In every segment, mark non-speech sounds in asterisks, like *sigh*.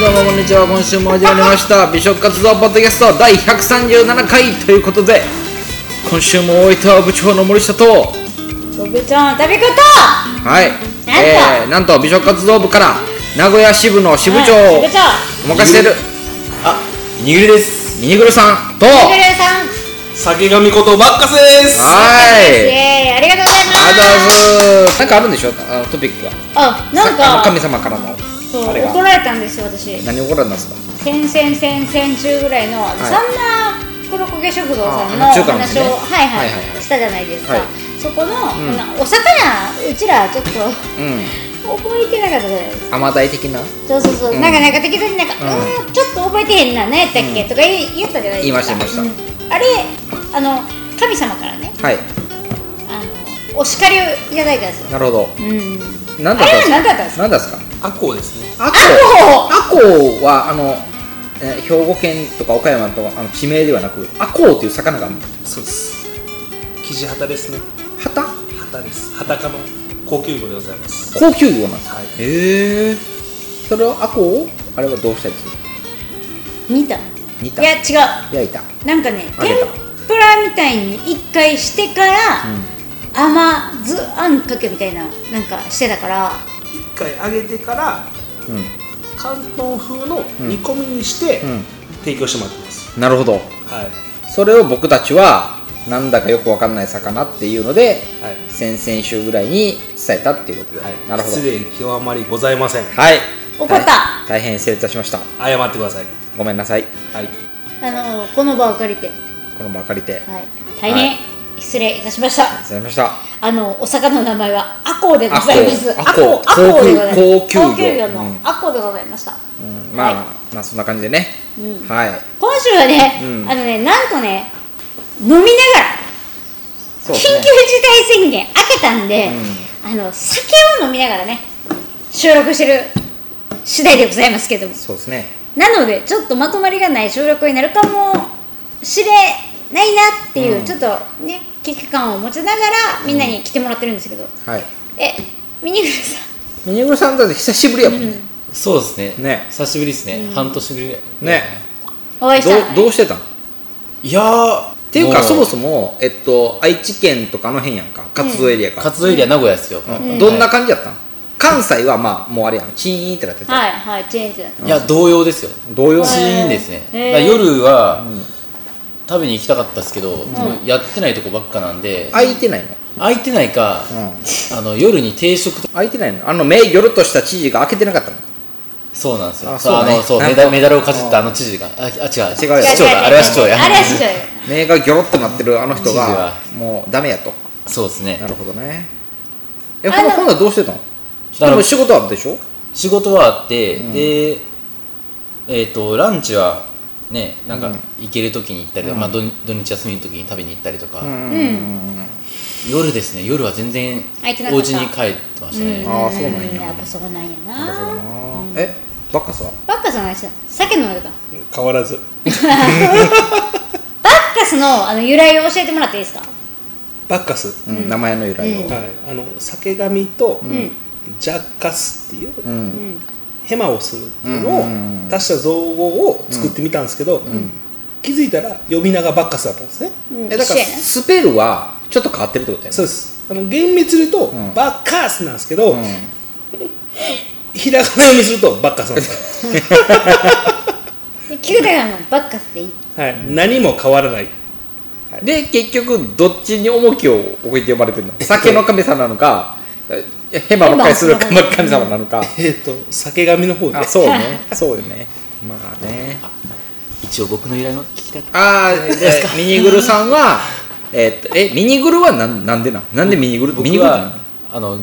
どうもこんにちは今週も始まりました美食活動ポッドキャスト第137回ということで今週も大分部長の森下とご部長の食べ方はいなんとえーなんと美食活動部から名古屋支部の支部長はいを部長お任せしてるあ、にぎりです。ミニグルさんとめぐはるさん酒神ことバッカスでいイす。エーイありがとうございますありがとうございますなんかあるんでしょあのトピックがあなんさあの神か様からのそうあれが怒られたんですよ私何をご覧になったんですか先々先々中ぐらいの、いそんな黒焦げ食堂さんのあお中華のです話ねを、はいはいはいはいはいしたじゃないですか、はいそこの、んあのお魚うちらちょっとうん覚えてなかったじゃないですか甘鯛的なそうそうそう、うんなんかなんか適当になんか、ううーん、ちょっと覚えてへんな何やったっけ、うんとか言い言ったじゃないです言かいました言いましたうんあれあの神様からねはいあのお叱りをいただいたんですよなるほどうん何だったんですかあれは何だったんですか何だったんですかアッコウですね。アコアコウはあのえー兵庫県とか岡山とかあの地名ではなくアコウという魚があるそうです。キジハタですね。ハタハタです。ハタ科の高級魚でございます。高級魚なんですはい。へえそれをアコウをあれはどうしたやつ煮たい煮たや違う焼いた、なんかね揚げた天ぷらみたいに一回してから、甘酢あんかけみたいななんかしてたから一回揚げてからうん関東風の煮込みにしてうんうん提供してもらってます。なるほどはい。それを僕たちはなんだかよくわかんない魚っていうのではい。先々週ぐらいに伝えたっていうことで、はい。なるほど失礼極まりございません。はい怒った大大変失礼いたしました謝ってください。ごめんなさいはい。あのこの場を借りて、この場借りてありがとはい、大変、はい失礼いたしましたうございましたあのお魚の名前はアコウでございますアコウアコウアコウでございます高級高級魚高級魚のうんアコウでございました、うんまあ、はまあそんな感じでね、うんはい今週はね、うんあのねなんとね飲みながらそう緊です急事ね態宣言開けたんで、あの酒を飲みながらね収録してる次第でございますけどもそうですねなのでちょっとまとまりがない収録になるかもしれないなっていう、うんちょっとね危機感を持ちながらみんなに来てもらってるんですけど、はいえミニグルさんミニグルさんだって久しぶりやもんね、そうですねね久しぶりですね、半年ぶりぐらいねお会いしたどうどうしてたのっいやーっていうかそもそもえっと愛知県とかの辺やんか活動エリアから、活動エリア名古屋ですよ、うんどんな感じやったの、関西はまあもうあれやんチーンってなってた、はいはいチェーンってなっていや同様ですよ同様シーンですね、へーだから夜は、食べに行きたかったですけど、もうやってないとこばっかなんで、空いてないの、空いてないか、うん、あの夜に定食と空いてないのあの目ぎょろっとした知事が開けてなかったのそうなんですよあそうねあのそうなんメかダメダルをかじったあの知事がああ違う違うよ市長だあれは市長やあれは市長や目がぎょろっとなってるあの人知事がはもうダメやとそうですねなるほどねえあほのなほなどうしてたのでも仕事あったでしょ仕事はあって、でえっ、とランチはねなんか行ける時に行ったりとか、まあ、土土日休みの時に食べに行ったりとか、ううん、夜ですね夜は全然空いてなかおった家に帰ってましたね、あーそうなんややっぱそうなんやなるほどなな、えバカさバッカスの話だ酒飲んでた変わらず。バッカスのあの由来を教えてもらっていいですかバッカス。うん名前の由来を、はい。あの酒神とんジャッカスっていう。うんうんヘマをするっていうのうんうんうんうをん足した造語を作ってみたんですけど、気づいたら呼び名がバッカスだったんですね、うんえだから一緒やなスペルはちょっと変わってるってことやねそうですあの厳密に言うと、うんバッカスなんですけど、うん *laughs* ひらがな読みするとバッカスなんですで聞くだけはもうバッカスでいいよ、はい、何も変わらないで結局どっちに重きを置いて呼ばれてるの酒の神様なのかえヘマばっかりするヘマ神様なのかえっ、と酒神の方であそうねそうよねまあね一応僕の由来も聞きたくああミニグルさんはえっとえミニグルはなんなんでなんなんでミニグルミニ僕グルってなはあの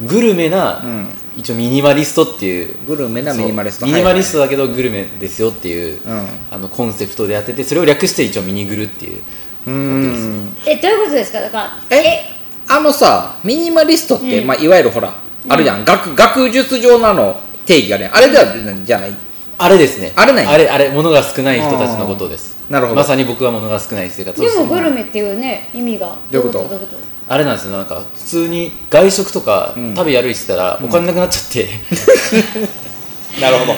グルメな、ん一応ミニマリストっていうのグルメなそうミニマリストミニマリストはだけどグルメですよっていう、うんあのコンセプトでやっててそれを略して一応ミニグルっていういはいうんえどういうことですかだからえあのさミニマリストって、うんまあ、いわゆるほらあるじゃん、学学術上のあの定義がねあれではじゃないあれですねあれなんやあれあれ物が少ない人たちのことですあーなるほどまさに僕は物が少ない生活をでしてもグるルメっていうね意味がどういうことどういうことあれなんですよなんか普通に外食とかん食べ歩いてたらお金なくなっちゃって、なるほど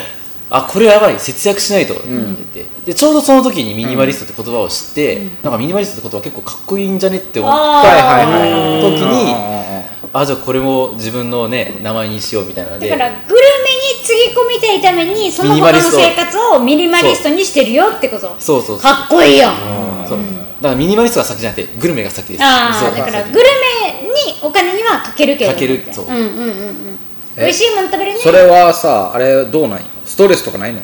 あこれやばい節約しないとって言って、でちょうどその時にミニマリストって言葉を知って、なんかミニマリストって言葉結構かっこいいんじゃねって思ったはいあーはいはいはい時にああじゃあこれも自分のね名前にしようみたいなのでだからグルメにつぎ込みたいためにその他の生活をミニマリストにしてるよってことそうそうそうかっこいいよそうだからミニマリストが先じゃなくてグルメが先ですあそうあだからグルメにお金にはかけるけどかけるそうんうんうんうん美味しいもの食べるねそれはさあれどうなんよストレスとかないのっ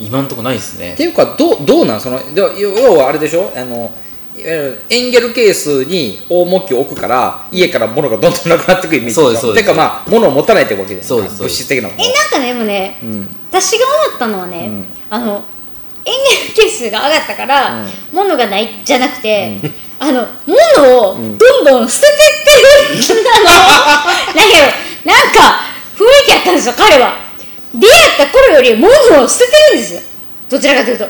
今んとこないですねていうかどうどうなんそのでは要はあれでしょあのいわゆるエンゲルケースに大重きを置くから家から物がどんどんなくなってくイメージそうですそうですてかまあ物を持たないってわけじゃないそうですそう物です質的なものえなんかねでもね、ん私が思ったのはね、んあのエンゲル係数が上がったから、うん物がないじゃなくて、あの物をどんどん捨ててってる、 *laughs* あのなんやろなんか雰囲気やったんですよ彼は出会った頃より物を捨ててるんですよどちらかというと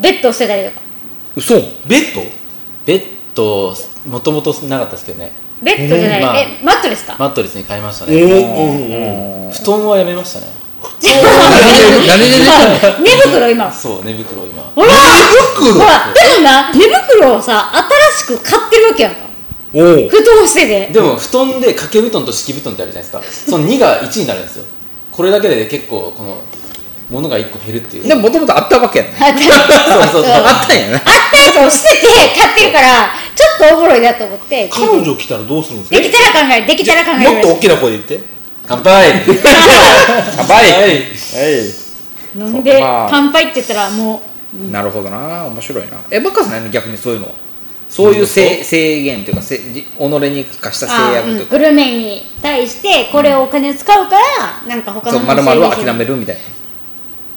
ベッドを捨てたりとか嘘ベッドベッドもともとなかったですけどねベッドじゃない、うんまあえマットですか *laughs* マットレスに変えましたおねーうんうん布団はやめましたね何で出てたの寝袋今そう寝袋を今ほら袋ほらでもな寝袋をさ新しく買ってるわけやんかおー布団を捨ててでも布団で掛け布団と敷き布団ってあるじゃないですかその2が1になるんですよこれだけで結構この物が1個減るっていうでももともとあったわけやねあったそうそうそうあったんやなやつを捨てて買ってるからちょっとおもろいなと思って彼女来たらどうするんですかできたら考えるできたら考えもっると大きな声で言って *laughs* 乾杯乾杯飲んでまあ乾杯って言ったらもうなるほどな面白いなえバカさんないの逆にそういうのはそういうせ制限というかせじ己に課した制あ約とーういうんか、グルメに対してこれをお金を使うからなんか他そのうまるまるは諦めるるみたい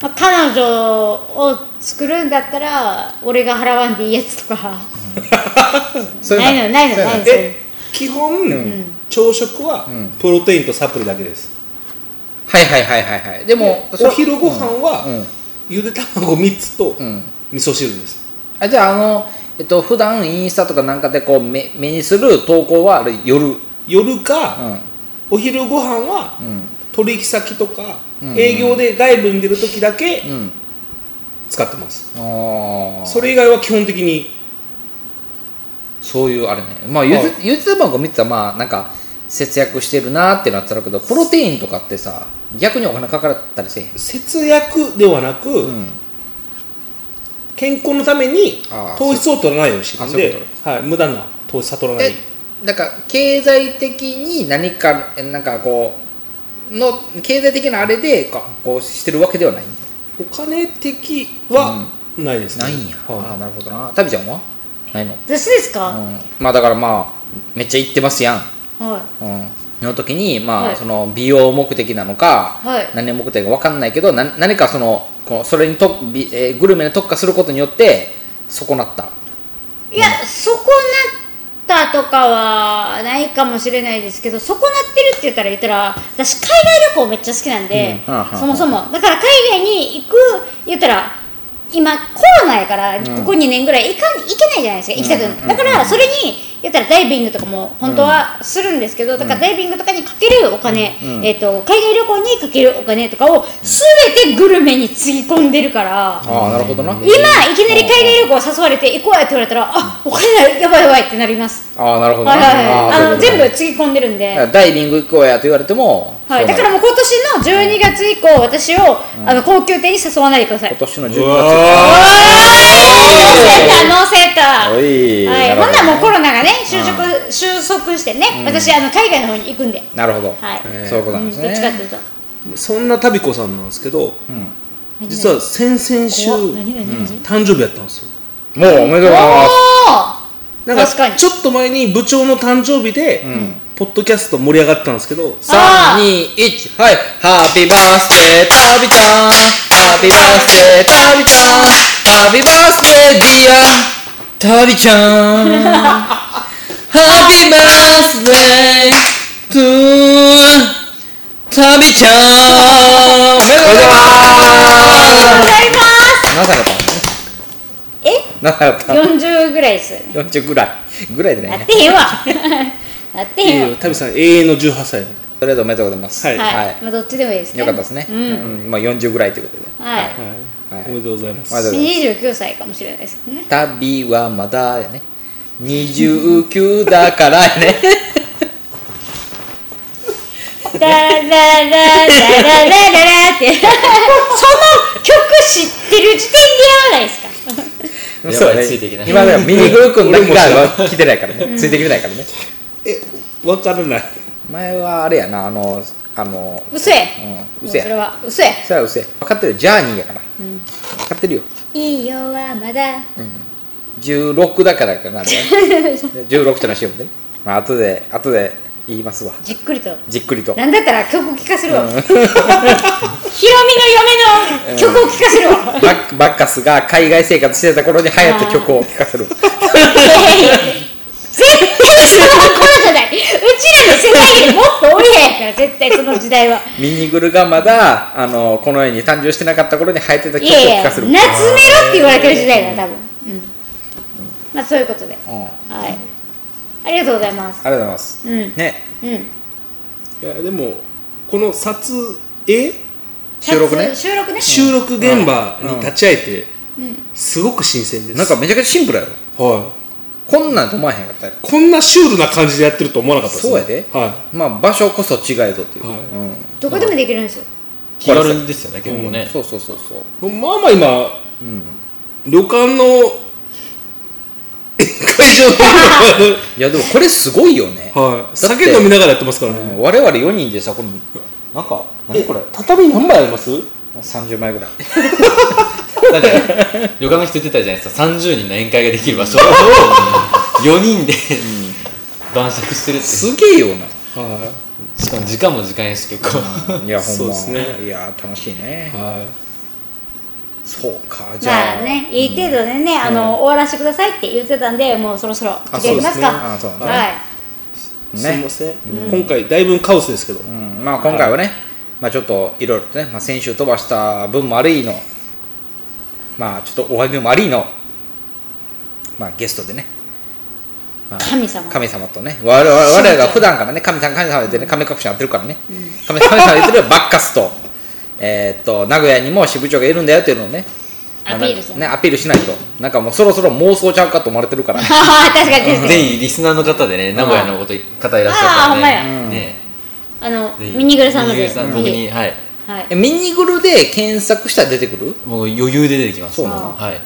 な彼女を作るんだったら俺が払わんでいいやつとかそういうないのないのそういうないのえ基本、ん朝食は、んプロテインとサプリだけですはいはいはいはいはいでもお昼ご飯は、うんうんゆで卵3つと、うん味噌汁ですあじゃああのえっと普段インスタとかなんかでこう目目にする投稿はあれ夜うん夜か、うんお昼ご飯は、取引先とか、うん営業で外部に出る時だけうん使ってます、ああそれ以外は基本的にそういうあれねまあゆはいずゆず番号見てたらまあなんか節約してるなーってなってたけどプロテインとかってさ逆にお金かかったりせえへん節約ではなく、うん健康のためにあー糖質を取らないようにしてるんあそういでうこ、はい、無駄な糖質は取らないえなんか経済的に何かえなんかこうの経済的なあれでこうこうしてるわけではないお金的はないですね、ないんや、ああはなるほどなタビちゃんはないの、私ですうか、ん、まあだからまあめっちゃ行ってますやん、はいうん、の時にまあ、はいその美容目的なのか、はい何目的か分かんないけどな何かそのこうそれにとび、えーグルメに特化することによって損なったいや、損なったとかはないかもしれないですけど損なってるって言ったら言ったら私海外旅行めっちゃ好きなんで、うんはあはあそもそもだから海外に行く言ったら今コロナやからここ2年ぐらい行かん行けないじゃないですか行きたくない、だからそれに言ったらダイビングとかも本当はするんですけど、だからダイビングとかにかけるお金、うんえっと海外旅行にかけるお金とかを全てグルメにつぎ込んでるから。ああなるほどな今いきなり海外旅行誘われて行こうやって言われたらあお金ないやばいやばいってなりますああなるほどなはいはいはいーあそのういう全こと部つぎ込んでるんで、だからダイビング行こうやと言われても、はい、そうなだるからもう今年の12月以降私を、あの高級店に誘わないでください今乗年せの12う月わた乗せたおいはい、なるほどほんならもうコロナがね就職、収束してね、私あの海外の方に行くんで、なるほど、はいえーそういうことなうんん、ですどっちかっね、ていうといそんな旅子さんなんですけど、何実は先々週怖っ何々何々誕生日やったんですよもうおめでとうございますおなんか確かにちょっと前に部長の誕生日で、んポッドキャスト盛り上がったんですけどあ3、2、1、はいハッピーバースデータビちゃんハッピーバースデータビちゃんハッピーバースデーディアタビ *laughs* ちゃんハッピーバースデートゥータビちゃんおめでとうございーありがとうごますざいま何歳だったの何歳だったのすえ40ぐらいですよね40ぐらいぐらいでなっねてへんわなってへんわえー、タビさん永遠の18歳とりあえずおめでとうございますはいはい、まあ、どっちでもいいですねよかったですね、うんうんまあ、40ぐらいということではい、はいはいおめでとうございますおめでとうございます29歳かもしれないですけどね旅はまだやね29だからや *laughs* ねダラダラダラダラダラってその曲知ってる時点でやらないですかばいそうやねついていけない今でもミニグー君だけ *laughs* が来てないからね、ついてきてないからねえわからない前はあれやなあのあの嘘や、ううんん、嘘やそれは嘘やさあうせえ分かってるジャーニーやから、分かってるよいいよはまだ16だからかなあれね *laughs* 16って話よね、まあ後で後で言いますわじっくりとじっくりとなんだったら曲聴かせるわ、ヒロミの嫁の曲を聴かせるわ、バッバッカスが海外生活してた頃に流行った曲を聴かせるいやいやいや絶対その頃じゃないうちらの世代よりもっと親やから絶対その時 *laughs* 代はミニグルがまだあのこの世に誕生してなかった頃に流行ってた曲をいやい聴やか夏せメるロって言われてる時代だ多分うんまあそういうことでうんあはいありがとうございますりがとうございます、うんねうんいやでもこの撮影収録ね収録ね収録現場に立ち会えて、すごく新鮮ですなんか、めちゃくちゃシンプルやろはこんなんと思わへんかったよい、こんなシュールな感じでやってると思わなかったです、ね、そうやではまあ場所こそ違えどっていう、はいうんどこでもできるんですよ気軽ですよね結構ね、そうそうそうそうい、まあまあ今、旅館の *laughs* 会場のいやでもこれすごいよね、はい、酒飲みながらやってますからね、うん我々4人でさこれなんか何これ畳何枚あります30枚ぐらいだって旅館の人言ってたじゃないですか30人の宴会ができる場所を4人で晩酌してるってしすげえよ *laughs* なはかも時間も時間やし結構いやほんまそうですねいや楽しいねい、はそうかじゃあ,、まあねいい程度でねあの終わらせてくださいって言ってたんでもうそろそろあ来ていきますあかそうだねはいい、すいねません、今回だいぶカオスですけど、うん、まあ今回はね、まあちょっといろいろとね、まあ、先週飛ばした分もありのまあちょっとお詫びもありのまあゲストでねまあ神様神様とね我々我々が普段からね神様神様言ってね神隠しやってるからね、神様神様言ってるバッカスとえーっと名古屋にも支部長がいるんだよっていうのをねまあアピールするねアピールしないとなんかもうそろそろ妄想ちゃうかと思われてる *laughs* から、ね、ああ *laughs* 確かに確かぜにひリスナーの方でね名古屋のこと方いらっしゃったんであーほんまやねあのぜひミニグルさんのミニでグルさん僕にはいはいえミニグルで検索したら出てくるもう余裕で出てきますそうなのはい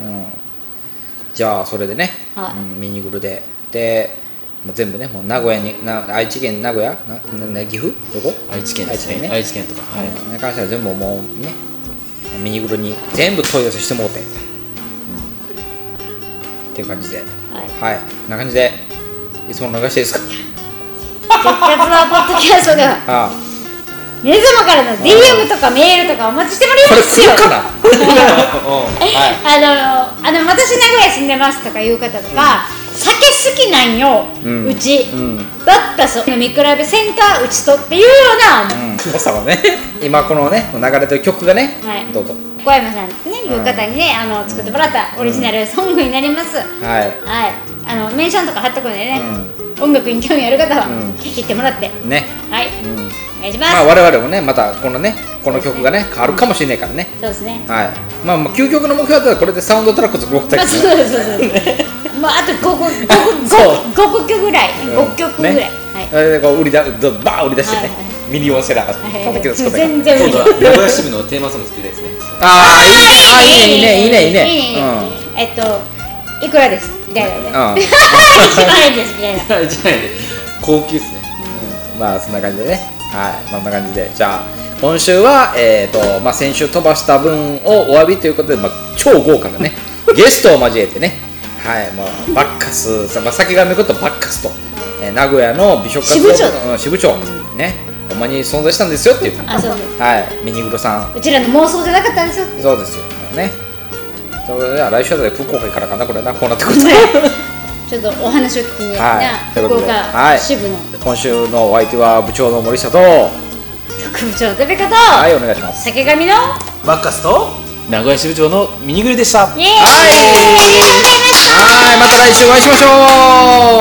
じゃあそれでね、はいうんミニグルででもう全部ねもう名古屋にな愛知県名古屋ななな岐阜どこ愛知県で愛す知ね県ね愛知県とかはいに関しては全部もうねミニグルに全部問い合わせしてもうて、っていう感じではいはいこんな感じでいつも流していいですか「極活はポッドキャスト」ではああ皆様からの DM とかメールとかお待ちしてもらいこまれす来よるかなあのあの私名古屋住んでますとかいう方とか、酒好きなんよ、うんち、んバッカスを飲み比べせんかうちとっていうような、うん誤差はね今このね流れてる曲がね、はいどうぞ小山さんねいう方にね、あの作ってもらったオリジナルソングになります、はいはいあのメンションとか貼っとくんでね、音楽に興味ある方はうん聞いてもらって、ねはいうんお願いします、まあ我々もねまたこのねこの曲がね変わるかもしれないからねそうですねはいまあまあ究極の目標だったらこれでサウンドトラック作ろうってまあそうそうそうまああと5個5個5個5個曲ぐらい5曲ぐらい、ねはいそれでこう売りだどバーン売り出してねはいはミリオンセラーはい叩き出すことが全然無理今度は名古屋支部のテーマソング作りたいですねああいいねいいねいいねいいねえっといくらですみたいうなねん一万円ですみたいなはいじゃない高級ですねうんまあそんな感じでねはいそんな感じでじゃあ今週はえっとまあ先週飛ばした分をお詫びということでまあ超豪華な *laughs* ねゲストを交えてねはいまあバッカスさまあ先がめことバッカスとえー名古屋の美食活動支部うん支部長ねほんまに存在したんですよっていうあそうそうはいミニグロさんうちらの妄想じゃなかったんですよそうですよ、もうね。それでは来週あたり空港会からかな、これな、こうなってくると。ちょっとお話を聞きにはいなというこ福とでは岡い支部の今週のお相手は部長の森下と、副部長の食べ方はい、お願いします。酒神のバッカスと名古屋支部長のミニグルでしたイエーはイいありがとうございましたはい、また来週お会いしましょう